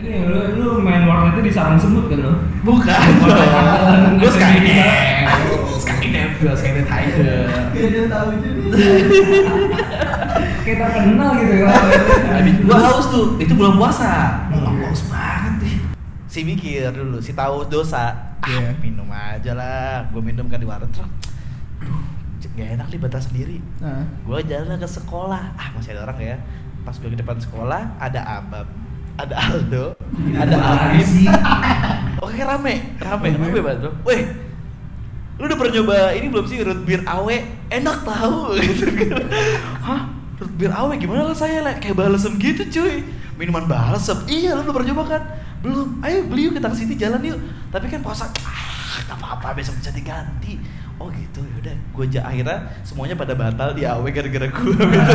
A: Ini lu, lu main warnetnya di sarang semut kan lo?
B: Bukan.
A: Bukan.
B: Gue Skynet. Skynet, gue Skynet aja.
C: Biar dia tahu jadi.
A: Kita kenal gitu ya.
B: Habis gua haus tuh, itu bulan puasa. Oh, haus banget nih. Si mikir dulu, si tahu dosa. Ah,
C: Iya.
B: minum aja lah. Gue minum kan di warteg. Duh, gak enak nih batas sendiri.
C: Nah,
B: Gue jalan ke sekolah. Ah, masih ada orang ya. Pas gue ke depan sekolah, ada Abab, ada Aldo, ada Alvin, Oke rame, rame, rame banget bro. Weh, lu udah pernah nyoba ini belum sih root beer awe? Enak tahu gitu kan. Hah? Root beer awe gimana rasanya? Le? Kayak balsem gitu cuy. Minuman balsem. Iya, lu udah pernah nyoba kan? Belum. Ayo beli yuk kita ke sini jalan yuk. Tapi kan puasa. Ah, tak apa-apa besok bisa diganti. Oh gitu, yaudah. Gue aja akhirnya semuanya pada batal di awe gara-gara gue. gitu.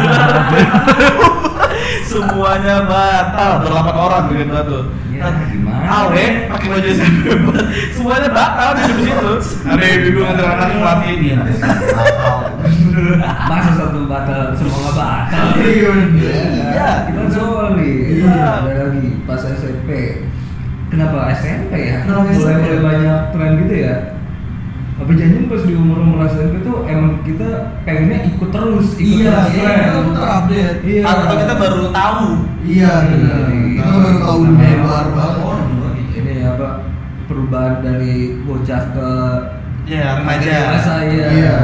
B: semuanya batal. Berlapan orang gitu tuh.
A: Ya, gimana?
B: Awe pakai baju sebebat semuanya batal di situ Iya. ada yang
A: Iya.
B: bingung antara anak pelatih ini
A: Masa satu batal semua nggak batal.
C: Iya.
A: Iya. Kita soal nih.
B: Iya.
A: Ada lagi pas SMP. Kenapa SMP ya?
C: Kenapa
A: Mulai
C: SMP?
A: mulai banyak tren gitu ya. Apa janjian pas di umur umur SMP tuh emang kita pengennya ikut terus, ikut
C: Iya,
A: terus
C: iya,
A: tren.
C: iya, itu terupdate.
A: Iya.
B: atau kita baru tahu
C: Iya, benar. Kita baru tahu dunia luar banget.
A: Ini apa perubahan dari bocah ke
B: ya
A: dewasa ya.
C: Iya.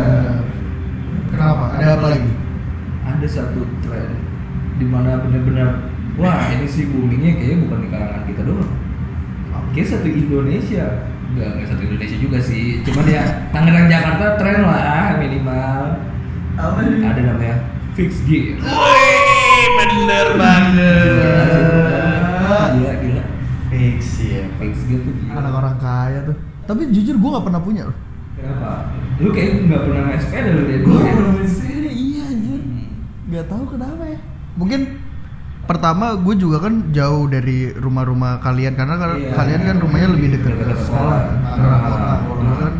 C: Kenapa? Ada apa lagi?
A: Ada satu tren di mana benar-benar wah ini sih boomingnya kayaknya bukan di kalangan kita doang. Kayak satu Indonesia. Enggak, enggak satu Indonesia juga sih. Cuman ya Tangerang Jakarta tren lah minimal.
C: Apa
A: Ada namanya fix gear.
B: wih bener
A: Iya. Gila,
B: banget
A: gila, gila.
B: fix ya
A: Fix gear tuh gila.
C: Anak orang kaya tuh. Tapi jujur gue gak pernah punya loh.
A: Kenapa? Lu kayak nggak pernah main sepeda lu dari dulu ya?
C: Iya anjir. Gak tahu kenapa ya. Mungkin pertama gue juga kan jauh dari rumah-rumah kalian karena kan-
A: Iya.
C: kalian kan rumahnya lebih dekat
A: Dekat
C: ke
A: ke sekolah.
C: sekolah. Ke
A: Ah.
C: kota. Gua kan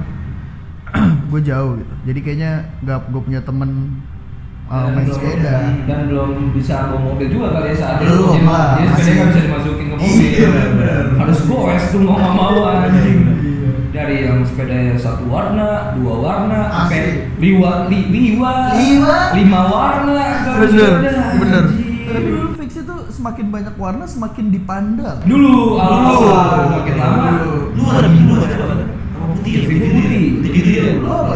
C: gue jauh gitu. Jadi kayaknya gak gue punya temen uh,
A: Dan
C: main
A: belum-
C: sepeda.
A: dan belum bisa bawa mobil juga kali ya saat itu.
C: Belum
A: Jadi-
C: lah,
A: jadi sepeda
C: masih-
A: nggak bisa dimasukin ke mobil
C: Iya, benar.
A: harus goes tuh mau nggak mau anjing
C: Iya.
A: dari yang sepedanya satu warna dua warna sampai
C: Asli.
A: liwa li, liwa,
C: Liwa.
A: lima warna satu
C: Bener,
A: sepeda,
C: bener.
A: anjing.
C: Tapi dulu fix itu semakin banyak warna semakin dipandang.
A: dulu
C: Dulu.
A: awal makin lama
C: Dulu.
B: lu ada biru ada apa ada? Apa putih ya?
A: Fiksi putih. Oh,
B: ya?
A: Lu apa?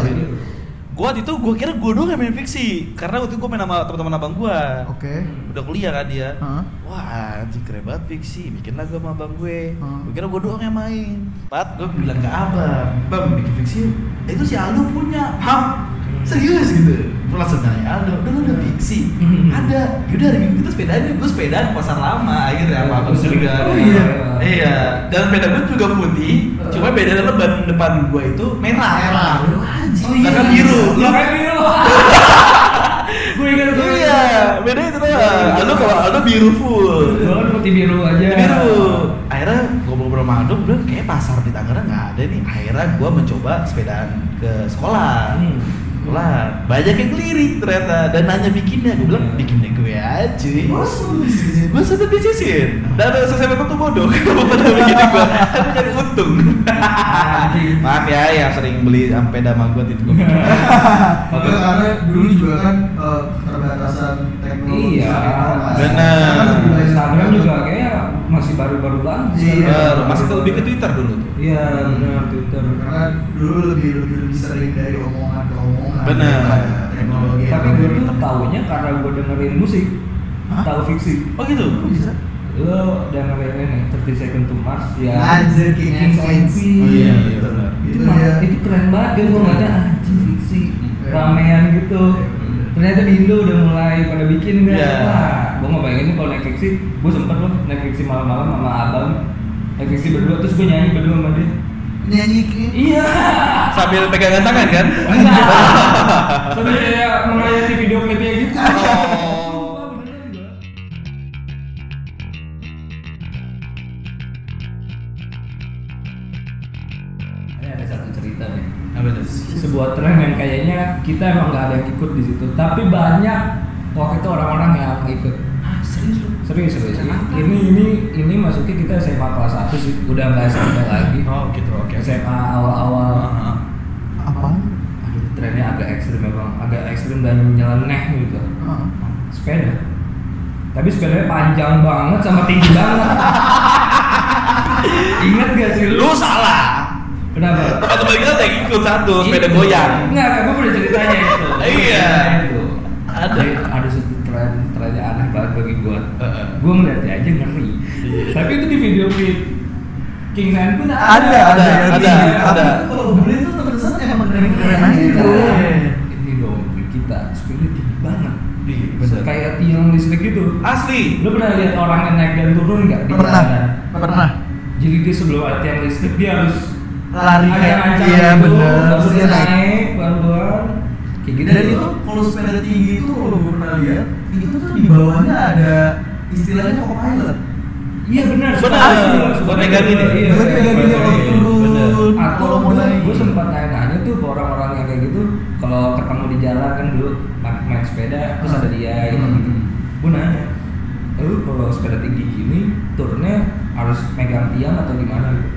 B: Gua waktu itu gua kira gua doang yang main fiksi karena waktu itu gua main sama teman-teman abang gua.
C: Oke.
B: Udah kuliah kan dia.
C: Hah?
B: Wah, anjing keren banget fiksi. Bikin lagu sama abang gue.
C: Hmm.
B: Gue kira gue doang yang main. Pat, gue bilang ke abang, bang bikin fiksi. yuk." "Eh, Itu si Aldo punya. Ham, serius gitu. Gue langsung nanya Aldo, udah lu udah fiksi.
A: Hmm.
B: Ada. Yaudah hari minggu kita sepedaan yuk. Gue sepedaan ke pasar lama akhirnya sama
A: Oh,
B: abang
A: serius?
B: juga.
A: Oh, iya.
B: Iya. Dan sepeda gue juga putih. Cuma beda dalam ban depan gue itu merah.
C: Hmm. Merah.
B: Lu anjing. Belakang biru. Lu
A: Belakang biru gue ingat gue
B: Iya, beda itu tuh.
C: Iya.
B: Aldo kalau Aldo biru full.
A: Gua kan putih biru aja
B: Biru. Akhirnya gue ngobrol sama Aldo, bilang kayak pasar di Tangerang nggak ada nih. Akhirnya gue mencoba sepedaan ke sekolah.
A: Hmm.
B: Sekolah banyak yang keliling ternyata dan nanya bikinnya. Gue bilang bikinnya gue aja. Gue sudah disisin. Dan selesai memang tuh bodoh. Kenapa pada begini gue? Tapi jadi untung.
A: Anjing.
B: Maaf ya, yang sering beli sepeda sama gue itu gue.
C: Karena, karena dulu juga kan eh, keterbatasan teknologi
A: Iya.
C: saat itu, Mas.
B: Benar.
C: Karena kan
A: Nah,
C: lebih banyak
A: Instagram
C: teman-teman.
A: juga kayaknya masih baru-baru banget sih.
C: Iya.
B: Bener, Eh, masih lebih ke Twitter dulu tuh.
A: Iya, benar Twitter.
C: karena dulu lebih lebih lebih sering dari omongan ke omongan
B: Benar.
C: daripada teknologi
A: Tapi gue tuh taunya karena gue dengerin musik,
C: Hah?
A: tahu fiksi.
B: Oh gitu.
C: Kok bisa
A: Lo dengerin ini 30 Second to Mars ya.
C: Anjir, King
A: King
C: Queens.
A: Queens.
B: Oh iya, iya,
A: Itu,
B: benar.
C: Itu
A: mah-
C: dia.
A: itu keren banget dia gue ngeliatnya anjir "Ah, fiksi.
C: Iya.
A: Ramean gitu. Ternyata di Indo udah mulai pada bikin kan.
B: Iya.
A: Wah, gue nggak bayangin kalau naik fiksi, gue sempet loh naik fiksi malam-malam sama abang. Naik fiksi berdua terus gue nyanyi berdua sama dia.
C: nyanyi kini
A: Iya.
B: Sambil pegangan tangan kan?
A: Enggak. Tapi kayak mengayahi video klipnya gitu.
B: Oh.
A: Ini ada satu cerita nih.
B: Apa tuh?
A: Sebuah tren yang kayaknya kita emang gak ada yang ikut di situ, tapi banyak waktu itu orang-orang yang ikut.
B: Ah, serius lu?
A: serius serius ini ini ini masuknya kita SMA kelas 1 sih udah nggak SMA lagi
B: Oh gitu, oke.
A: SMA awal-awal
B: Heeh.
C: Apa?
A: aduh trennya agak ekstrim memang agak ekstrim dan nyeleneh gitu
B: Ah.
A: sepeda tapi sepedanya panjang banget sama tinggi banget inget gak sih
B: Lu salah.
A: kenapa
B: Teman-teman kita lagi ikut satu sepeda goyang.
A: Enggak, enggak, gue punya ceritanya itu.
B: Iya.
A: Itu.
B: Ada.
A: Ada ada satu tren trennya aneh banget bagi gue.
B: Heeh.
A: Gue ngeliatnya aja ngeri.
B: Iya.
A: Tapi itu di video klip King San pun ada.
C: Ada, ada,
B: ada,
C: ada.
B: ada.
C: Tapi Kalau beli tuh terusan emang keren-keren aja
A: Iya.
C: bro.
A: Ini dong kita sepeda tinggi banget.
B: Iya,
A: Bener. Kayak tiang listrik gitu.
B: Asli.
A: Lu pernah lihat orang yang naik dan turun nggak di
C: Pernah,
A: jalanan?
C: pernah.
A: Jadi dia sebelum ada tiang listrik dia harus
C: Lari kayak
A: ancang-ancang
C: iya
A: dulu,
C: bener.
A: Terus
C: Terus
A: dia
C: naik.
A: gitu. naik pelan-pelan. Kayak gitu.
C: Dan itu kalau sepeda tinggi itu kalau gue pernah lihat, itu tuh di bawahnya ada istilahnya co-pilot.
A: Iya benar.
B: Benar. Buat megangin ya?
A: Iya.
C: Buat megangin ya, kalau
A: Benar.
C: turun,
A: Atau
C: kalau mau naik.
A: gue sempat nanya-nanya tuh ke orang-orang yang kayak gitu kalau ketemu di jalan kan dulu main, main sepeda terus ada dia gitu.
C: Hmm.
A: Gue nanya, lu kalau sepeda tinggi gini turunnya harus megang tiang atau gimana gitu?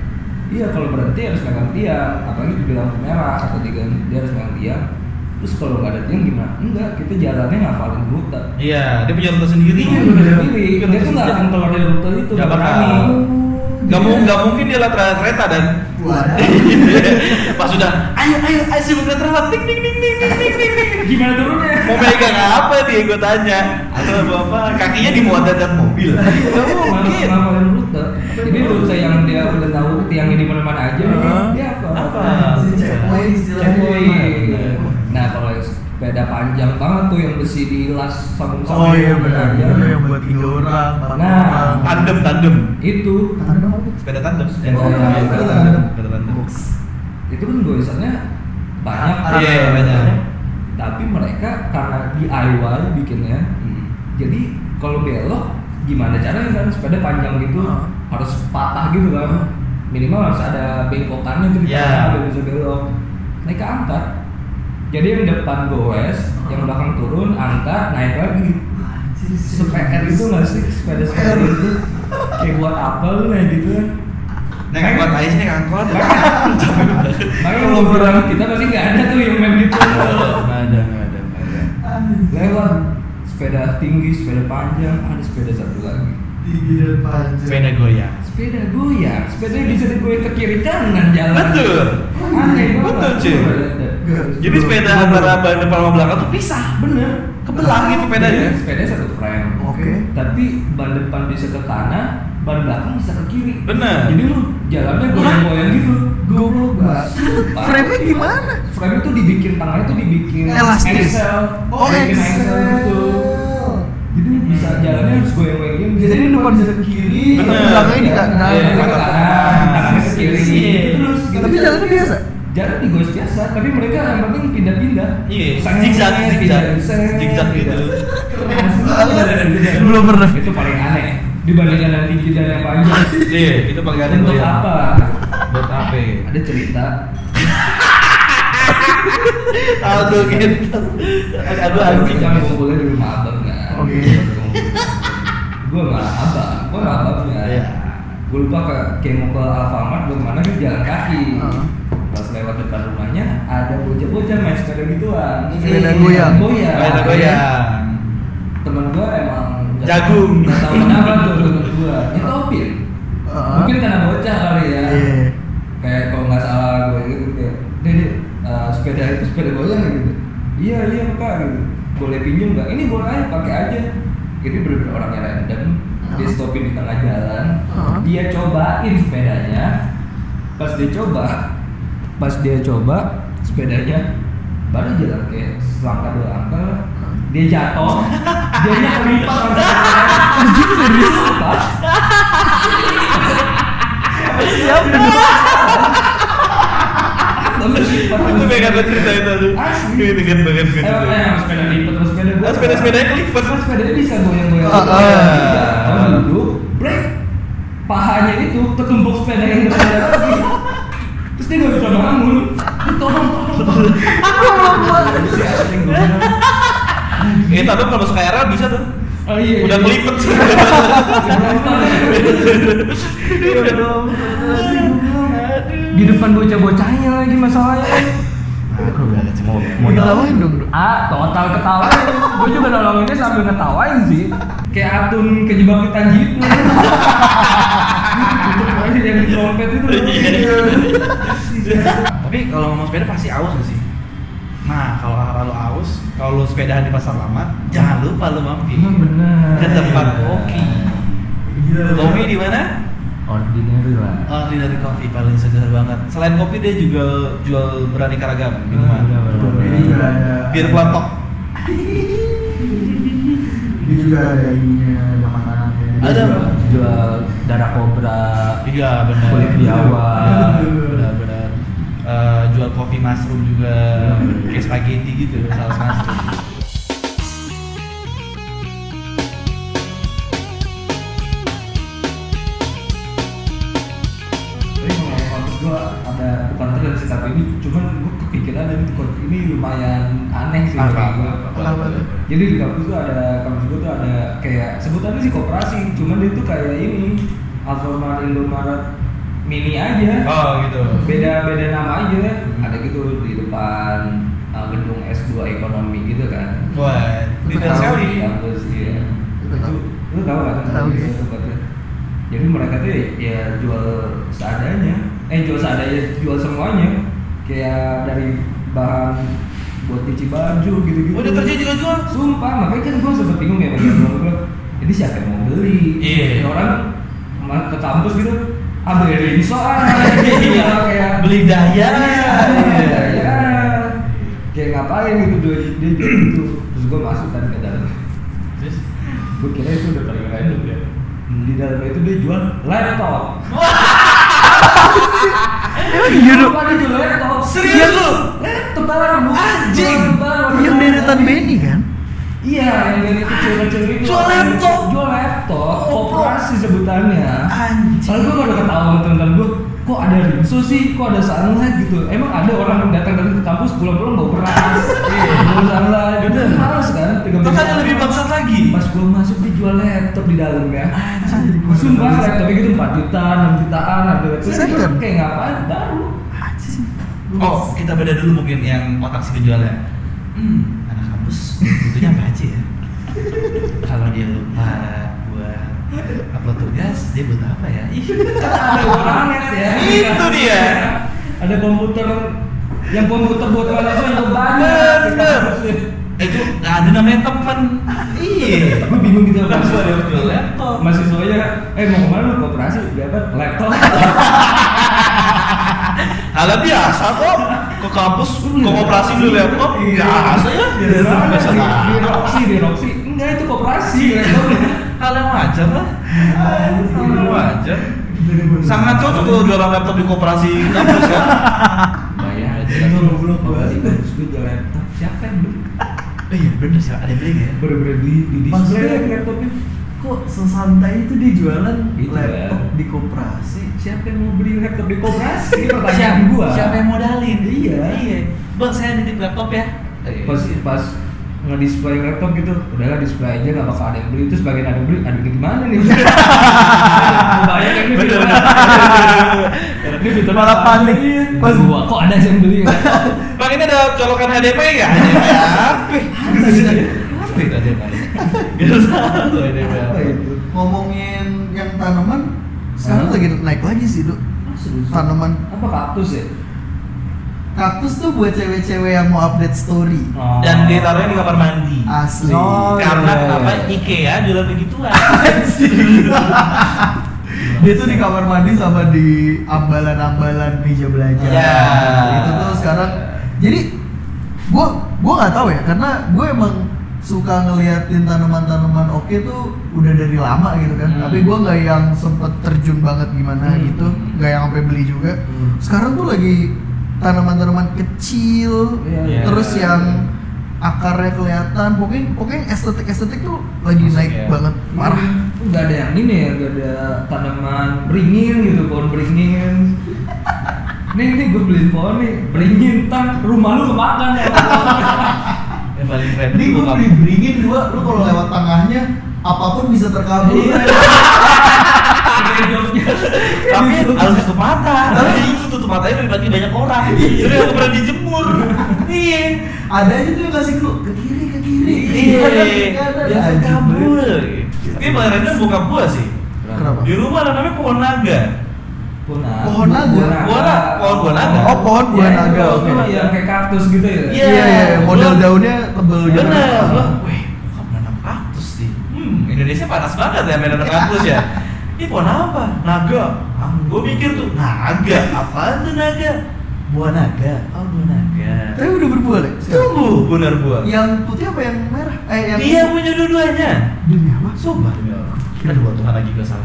A: Iya kalau berhenti harus megang tiang, apalagi di lampu merah atau di dia harus megang tiang. Terus kalau nggak ada tiang gimana? Enggak, kita jalannya ngafalin rute.
B: Iya, dia punya rute sendiri.
A: Iya, rute sendiri. Dia tuh nggak akan keluar dari rute itu.
B: Nggak
A: nggak
B: bakal.
A: berani.
B: Gak, mu- gak mungkin dia lewat rel kereta dan
C: Waduh.
B: pas sudah ayo ayo ayo sih kereta lewat ding ding ding ding ding ding ding ding.
A: Gimana turunnya?
B: mau pegang apa dia gue tanya atau apa apa kakinya dimuat dan mobil
A: Iya,
B: gak mungkin
A: Ngapalin rute. Ini rute yang dia udah tahu tiangnya di mana-mana aja.
B: Heeh.
A: Dia apa?
B: Apa?
C: Si checkpoint istilahnya.
A: Checkpoint. Nah kalau yang sepeda panjang banget tuh yang besi dilas sama
C: Oh iya benar. Itu yang buat tiga orang, empat
A: Nah.
C: orang.
B: tandem tandem
A: Itu
C: Tanda apa?
B: sepeda tandem
A: Sepeda
B: Iya,
A: tandem.
B: sepeda tandem sepeda tandem
A: itu kan goesannya banyak.
C: Ah,
B: iya banyak
A: Tapi mereka karena DIY bikinnya,
B: Hmm.
A: jadi kalau belok gimana caranya kan sepeda panjang gitu
C: Ah.
A: harus patah gitu
B: Ah.
A: kan minimal harus ada bengkokannya gitu yeah.
B: Ya.
A: biar bisa belok naik ke angkat jadi yang depan goes
B: Ah.
A: yang belakang turun angkat naik lagi
B: Hmm.
A: sepeda itu nggak sih sepeda sepeda itu kayak buat apa lu naik gitu kan
B: naik angkot aja naik angkot
A: makanya kalau bilang kita pasti nggak ada tuh yang main gitu
B: nggak ada nggak ada nggak ada
A: lewat sepeda tinggi sepeda panjang ada sepeda satu lagi
C: Tinggi dan panjang.
B: sepeda goyang
A: sepeda goyang sepeda bisa digoyang ke kiri kanan jalan
B: Betul.
A: aneh banget.
B: Betul, cuy.
A: Bener.
B: jadi sepeda antara ban depan sama belakang tuh pisah
A: bener
B: kebelah gitu sepedanya
A: Jadi sepeda satu frame
C: Oke.
A: tapi ban depan bisa ke kanan ban belakang bisa ke kiri
B: Bener.
A: jadi lu jalannya goyang-goyang gitu
C: Goblok banget.
A: Sumpah.
C: Frame-nya gimana?
A: frame itu dibikin tangannya tuh dibikin
C: Elastis.
A: engsel
C: Oh,
A: Dibikin engsel gitu
C: Excel.
A: jadi lu bisa jalannya harus goyang-goyang gitu.
C: Jadi depan bisa ke kiri,
B: Bener.
C: belakangnya di
A: Iya,
C: kanan.
A: iya, ke
B: kanan.
A: kanan, tangannya ke kiri
B: Iya.
A: terus gitu.
C: Tapi jalannya biasa.
A: jalan di goes biasa tapi mereka yang penting pindah-pindah
B: Iya,
A: Set,
B: zigzag, zigzag,
A: pindah,
B: zigzag
A: set,
B: gitu.
A: Keren banget.
C: Belum pernah.
A: itu paling aneh dibandingkan yang tinggi dan yang panjang
B: Iya, itu bagian
A: untuk apa
B: Buat apa?
A: ada cerita
B: Aduh gitu. Aduh aduh anjing.
A: kita ngumpulnya di rumah abang kan
C: Oke.
A: gue nggak abang gue nggak abangnya
B: Iya.
A: gue kan? lupa ke kayak mau ke Alfamart gue kemana kan jalan kaki
C: Heeh.
A: pas lewat depan rumahnya ada bocah-bocah main sepeda gituan
C: Sepeda
A: Iya,
C: goyang.
A: goyang
B: Ada goyang.
A: temen gue emang nggak-
B: Jagung.
A: nggak tahu kenapa tuh temen gue nyetopin mungkin karena bocah kali ya
C: Iya.
A: kayak kalau nggak salah gue gitu kayak dede eh, sepeda itu sepeda goyang ya?" gitu iya iya pak gitu boleh pinjam nggak ini boleh aja pakai aja jadi bener-bener orang yang random dia
C: Hah?
A: stopin di tengah jalan
C: Hah?
A: dia cobain sepedanya pas dia coba pas dia coba sepedanya baru jalan kayak selangkah dua langkah dia jatuh dia kelipat sama sepedanya.
B: Itu megang gue cerita itu aduh.
A: Asli.
B: Ini dekat banget gitu.
A: Emang Eh, yang sepeda lipat terus sepeda gua.
B: Ah, sepeda-sepedanya kelipet.
A: Terus sepedanya bisa goyang-goyang.
C: Ah, ah.
A: Iya, kalau duduk, brek. Pahanya itu ketumpuk sepeda yang sepeda lagi. Terus dia nggak bisa bangun. Tolong, tolong. Si anjing, gua bilang.
B: Eh, tapi kalau masuk KRL bisa tuh.
A: Oh iya.
B: Udah kelipet sih.
A: Di depan bocah-bocahnya lagi masalahnya.
B: Aku udah lihat semua.
C: Mau ketawain dong. bro.
A: Ah, total ketawain. gue juga nolonginnya sambil ketawain sih. Kayak atun kejebak hutan gitu. Itu yang trompet itu.
B: Iya. Tapi kalau ngomong sepeda pasti aus gak sih? Nah, kalau arah lu aus, kalau lu sepedahan di pasar lama, jangan lupa lu mampir
A: Emang bener.
B: ke tempat kopi.
A: Iya.
B: Kopi di mana?
A: Ordinary lah.
B: Ordinary Coffee paling segar banget. Selain kopi dia juga jual beraneka ragam minuman.
A: Bener, bener,
E: Ini
A: bener.
E: juga ada.
B: Bir pelatok.
E: Ini juga ada ininya, ada makanannya.
B: Ada
E: Juga.
B: apa?
A: Jual darah kobra,
B: Iya, benar.
A: kulit biawak.
B: Benar-benar. Eh, jual kopi mushroom juga, kayak spaghetti gitu, saus mushroom.
A: Tapi kalau menurut gua ada bukan tren sih tapi ini cuman gue kepikiran dan itu kon- ini lumayan aneh sih
B: Apa?
A: bagi gua.
C: Kenapa tuh?
A: Jadi di kampus tuh ada kampus gua tuh ada kayak sebutannya sih koperasi, cuman dia tuh kayak ini Alfamart Indomaret mini aja.
B: Oh, gitu.
A: Beda beda nama aja. Ada gitu di depan uh, gedung S2 ekonomi gitu kan.
B: Wah, detail
C: Tahu.
B: sekali.
A: Di kampus iya.
C: Itu tahu.
A: Itu lu tahu kan?
C: Tahu, iya.
A: tempatnya. Jadi mereka tuh ya, ya jual seadanya. Eh jual seadanya, jual semuanya. Kayak dari bahan buat cuci baju gitu-gitu.
B: Oh, deterjen juga jual?
A: Sumpah, makanya kan gue sempet bingung ya bagian gue Ini siapa yang mau beli?
B: Iya.
A: Ya, Orang kemarin ke kampus gitu ambil rinso aja
B: Iya.
A: kayak
B: Beli daya.
A: Iya, iya. kayak ngapain gitu dia dia jual itu terus gue masuk kan ke dalam
B: Terus?
A: gue kira itu udah paling random ya di dalamnya itu dia jual laptop
C: Iya, dong.
A: Sumpah, dia jual laptop
B: Serius lu?
A: laptop baru Bu.
B: Anjing. Iya,
A: Laptop baru.
C: Yang deretan Benny kan?
A: Iya, yang dari kecil-kecil itu.
B: Jual laptop?
A: Jual laptop,
B: Oh,
A: operasi sebutannya.
B: Anjing.
A: Soalnya gue baru ketawa sama temen-temen gue, kok ada rinso sih, kok ada sunlight gitu. Emang ada orang yang datang datang ke kampus pulang-pulang bawa beras, Iya, bawa sunlight. Bener. Males kan? tiga
B: Terus
A: menit.
B: ada lebih bangsat lagi.
A: Pas gue masuk dia jual laptop di dalam ya. Sumpah laptopnya gitu 4 jutaan, 6 jutaan, harga laptop.
C: Second.
A: Kayak ngapain? Baru.
B: Oh, kita beda dulu mungkin yang otak si penjualnya. Hmm, anak kampus butuhnya apa aja ya? Kalau dia lupa buat upload tugas, dia butuh apa ya? Ih,
A: ada warnet ya
B: Itu dia.
A: ada komputer yang komputer buat warnet itu yang banget
B: Bener. Eh, itu nggak ada namanya temen. Iya.
A: gue bingung gitu
B: Kan
A: masih
B: sudah ada yang jual laptop.
A: masih soalnya eh mau kemana lu koperasi dapat laptop
B: Hal biasa kok. Ke kampus, ke koperasi dulu laptop. Biasa ya.
A: Biasa
B: Biasa
A: sih. di
B: banget.
A: Roxy di Roxy enggak itu koperasi laptopnya
B: Hal yang wajar lah. Hal yang wajar.
E: Jadi bener.
B: Sangat cocok tuh jualan laptop di koperasi kampus ya.
A: bayar
E: Ini goblok
A: koperasi
E: banget.
A: bagus gue jual laptop siapa yang beli
B: Eh, Iya bener sih, ada yang beli nggak ya?
A: bener-bener di di display
E: Maksudnya-
A: laptopnya
E: Kok sesantai itu dia jualan
A: Gitu,
E: laptop
A: ya.
E: di koperasi?
A: siapa yang mau beli laptop di koperasi pertanyaan gua
B: Siapa yang modalin?
A: Iya.
B: Iya. Bang saya nitip laptop ya.
A: pas pas ngedisplay laptop gitu udahlah display aja nggak bakal ada yang beli terus bagian ada yang beli aduh ini gimana nih banyak ini
B: Bener,
A: fitur
B: bener.
A: apa? ini fitur
C: Malah
A: apa?
C: panik.
A: pas gua kok ada yang beli ya?"
B: Bang ini ada colokan HDMI nggak? ya? Apa? Apa itu HDMI? Gak salah tuh HDMI.
A: apa itu
C: Ngomongin yang tanaman, sekarang
A: Hah?
C: lagi naik lagi sih, Dok. Tanaman
A: apa kaktus ya
C: kaktus tuh buat cewek-cewek yang mau update story.
E: Oh.
B: Dan ditaruhnya di kamar mandi.
C: Asli.
A: Oh,
B: Karena
A: iya.
B: apa? IKEA jualan begituan.
C: Dia tuh di
A: Hmm.
C: kamar mandi sama di ambalan-ambalan meja belajar.
B: Ya.
C: Itu tuh sekarang. Jadi gua gua nggak tahu ya karena gue emang suka ngeliatin tanaman-tanaman oke tuh udah dari lama gitu kan.
B: Hmm.
C: Tapi gua nggak yang sempet terjun banget gimana
A: Hmm.
C: gitu, nggak yang sampai beli juga.
A: Hmm.
C: Sekarang tuh lagi tanaman-tanaman kecil,
A: Iya,
B: iya.
C: terus yang akarnya kelihatan, pokoknya pokoknya estetik-estetik tuh lagi
B: Masuk
C: naik
B: ya.
C: banget parah.
A: nggak ada yang ini ya nggak ada tanaman beringin gitu pohon beringin nih nih gue beliin pohon nih beringin tan rumah lu kemakan ya
B: Yang paling keren. tuh
C: Ini gue
B: bukan-
C: kan beri beringin dua, lu kalau lewat tengahnya apapun bisa terkabul.
A: Tiga joknya.
B: tapi harusnya tutup mata tapi itu tutup matanya udah dibagi banyak orang jadi aku pernah dijemur iya
C: Ada aja tuh yang kasih clue ke kiri ke kiri.
B: iya
C: Ya,
B: biasa
C: anjing,
B: kabur
C: bener.
B: ini bayarannya buka gua sih
C: Kenapa?
B: di rumah ada namanya pohon naga
A: Puna.
C: Pohon naga.
B: Pohon naga. Pohon buah naga.
C: Oh, pohon buah
A: Ya, itu
C: naga,
A: tuh
C: oke.
A: Yang kayak kaktus gitu ya.
B: Iya.
C: Iya, iya, model
B: Gua-
C: daunnya tebel gitu.
B: bener gua weh kok menanam kaktus nih hmm Indonesia panas banget ya menanam kaktus ya ini pohon apa naga ah, gua mikir tuh naga apaan tuh naga buah naga oh buah naga
C: Tapi udah berbuah, Lek. sekarang?
B: tumbuh bener buah
C: Yang putih apa yang merah? Eh, yang
B: Iya punya dua-duanya.
C: Demi apa?
B: Sumpah demi Allah. Kita dua Tuhan lagi gak salah.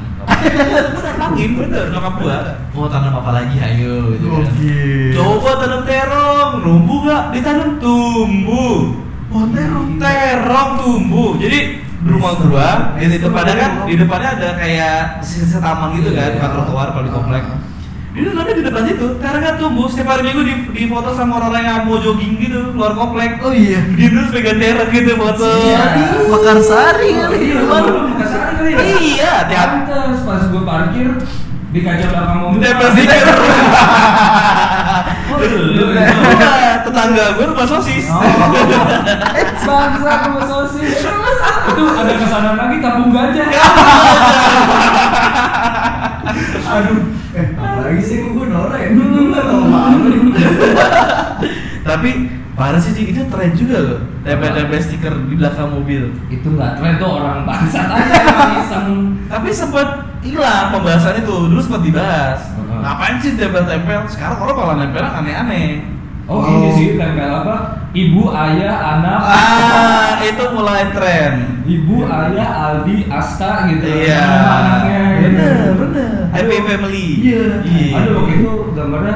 B: Bener tangin bener nyokap gua. Mau tanam apa lagi ayo gitu kan.
C: Oh, Gokil.
B: Coba tanam terong, numbuh gak? Ditanam tumbuh. Oh,
C: Pohon terong.
B: Terong tumbuh. Jadi di rumah gua di di depannya kan di depannya ada kayak sisa taman gitu kan, bukan trotoar kalau di komplek. Di dalamnya di depan situ, terongnya tumbuh. Setiap hari minggu di, di foto sama orang-orang yang mau jogging gitu keluar komplek.
C: Oh iya.
B: Dia terus pegang terong gitu foto.
A: Iya.
C: Aduh, Mekar sari kali.
A: Iya,
C: Cuman
A: lu Mekarsari kali ya?
B: Iya, hati-hati.
A: Pantes pas gue parkir di kaca belakang mobil.
B: Nempel di terong.
A: Oh, lu.
B: Bukan, tetangga gue rumah sosis
A: Oh. Bangsa sama sosis. Itu ada kesalahan lagi kampung gajah.
F: Aduh, eh apalagi sih gue gue norak ya. Gue
A: Hmm.
F: nggak tahu apa-apa.
B: tapi parah sih Ji, itu tren juga loh tempel-tempel stiker di belakang mobil
A: Itu nggak tren tuh orang bangsa aja emang iseng.
B: tapi sempat hilang pembahasan itu dulu sempat dibahas
A: Heeh.
B: ngapain sih tempel-tempel sekarang orang malah nempel aneh-aneh
A: Oh,
C: Oh.
A: ini sih tempel apa? Ibu, ayah, anak.
B: ah itu mulai tren
A: Ibu, ayah, Aldi, Asta gitu.
B: iya
A: Nama Anaknya. gitu.
B: bener bener happy family
A: Iya. Ada waktu itu gambarnya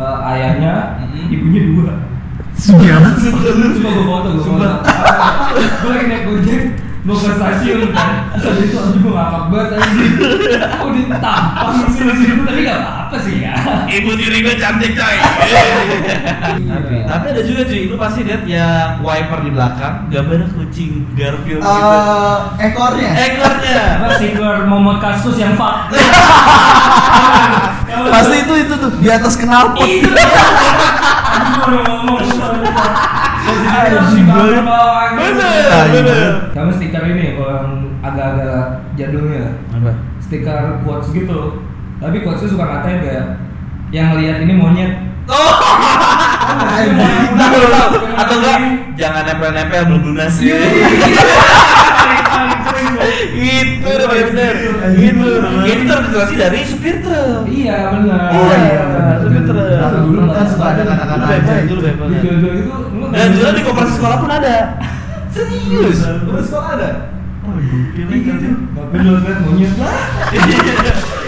A: eh, ayahnya,
B: Mm-mm.
A: ibunya dua.
C: Sugiana.
A: Cuma gue foto, gue foto. Gue lagi naik gojek mau ke stasiun kan. Terus habis itu anjing gue ngakak banget anjing. Kok ditampang sih tapi gak apa-apa sih ya.
B: ibu tiri gue cantik coy tapi, tapi ada juga cuy lu pasti lihat yang wiper di belakang gambarnya kucing Garfield gitu
C: Eh, ekornya.
B: ekornya
A: Apa sih gue mau kasus yang fak.
C: Pasti itu itu tuh di atas knalpot.
A: Anjing gue udah ngomong.
C: Anjing banget.
B: bener
C: Tai.
B: bener
A: Kamu stiker ini kalau yang agak-agak jadulnya.
B: apa
A: stiker quotes gitu tapi quotesnya suka ngatain kayak yang lihat ini monyet
B: oh
A: Yang monyet
B: Nah,
A: udah,
B: atau-
A: yang
B: atau enggak
A: monyet ini.
B: jangan nempel-nempel belum lunas ya
A: Iya. Paling sering gua.
B: itu bener
C: Gitu.
B: gitu itu terkonsentrasi dari supir truk
A: iya bener
B: Iya,
A: bener.
B: bener.
A: Dulu dulu
C: Kan suka ada
B: Lu
C: kata-kata
B: baik banget,
C: aja.
B: lu baik
A: di
B: banget.
A: jodoh itu lu
B: dan jualan di koperasi sekolah pun ada serius
F: Terus kok ada?
B: iya.
A: Iya, iya. tapi lu lihat monyet lah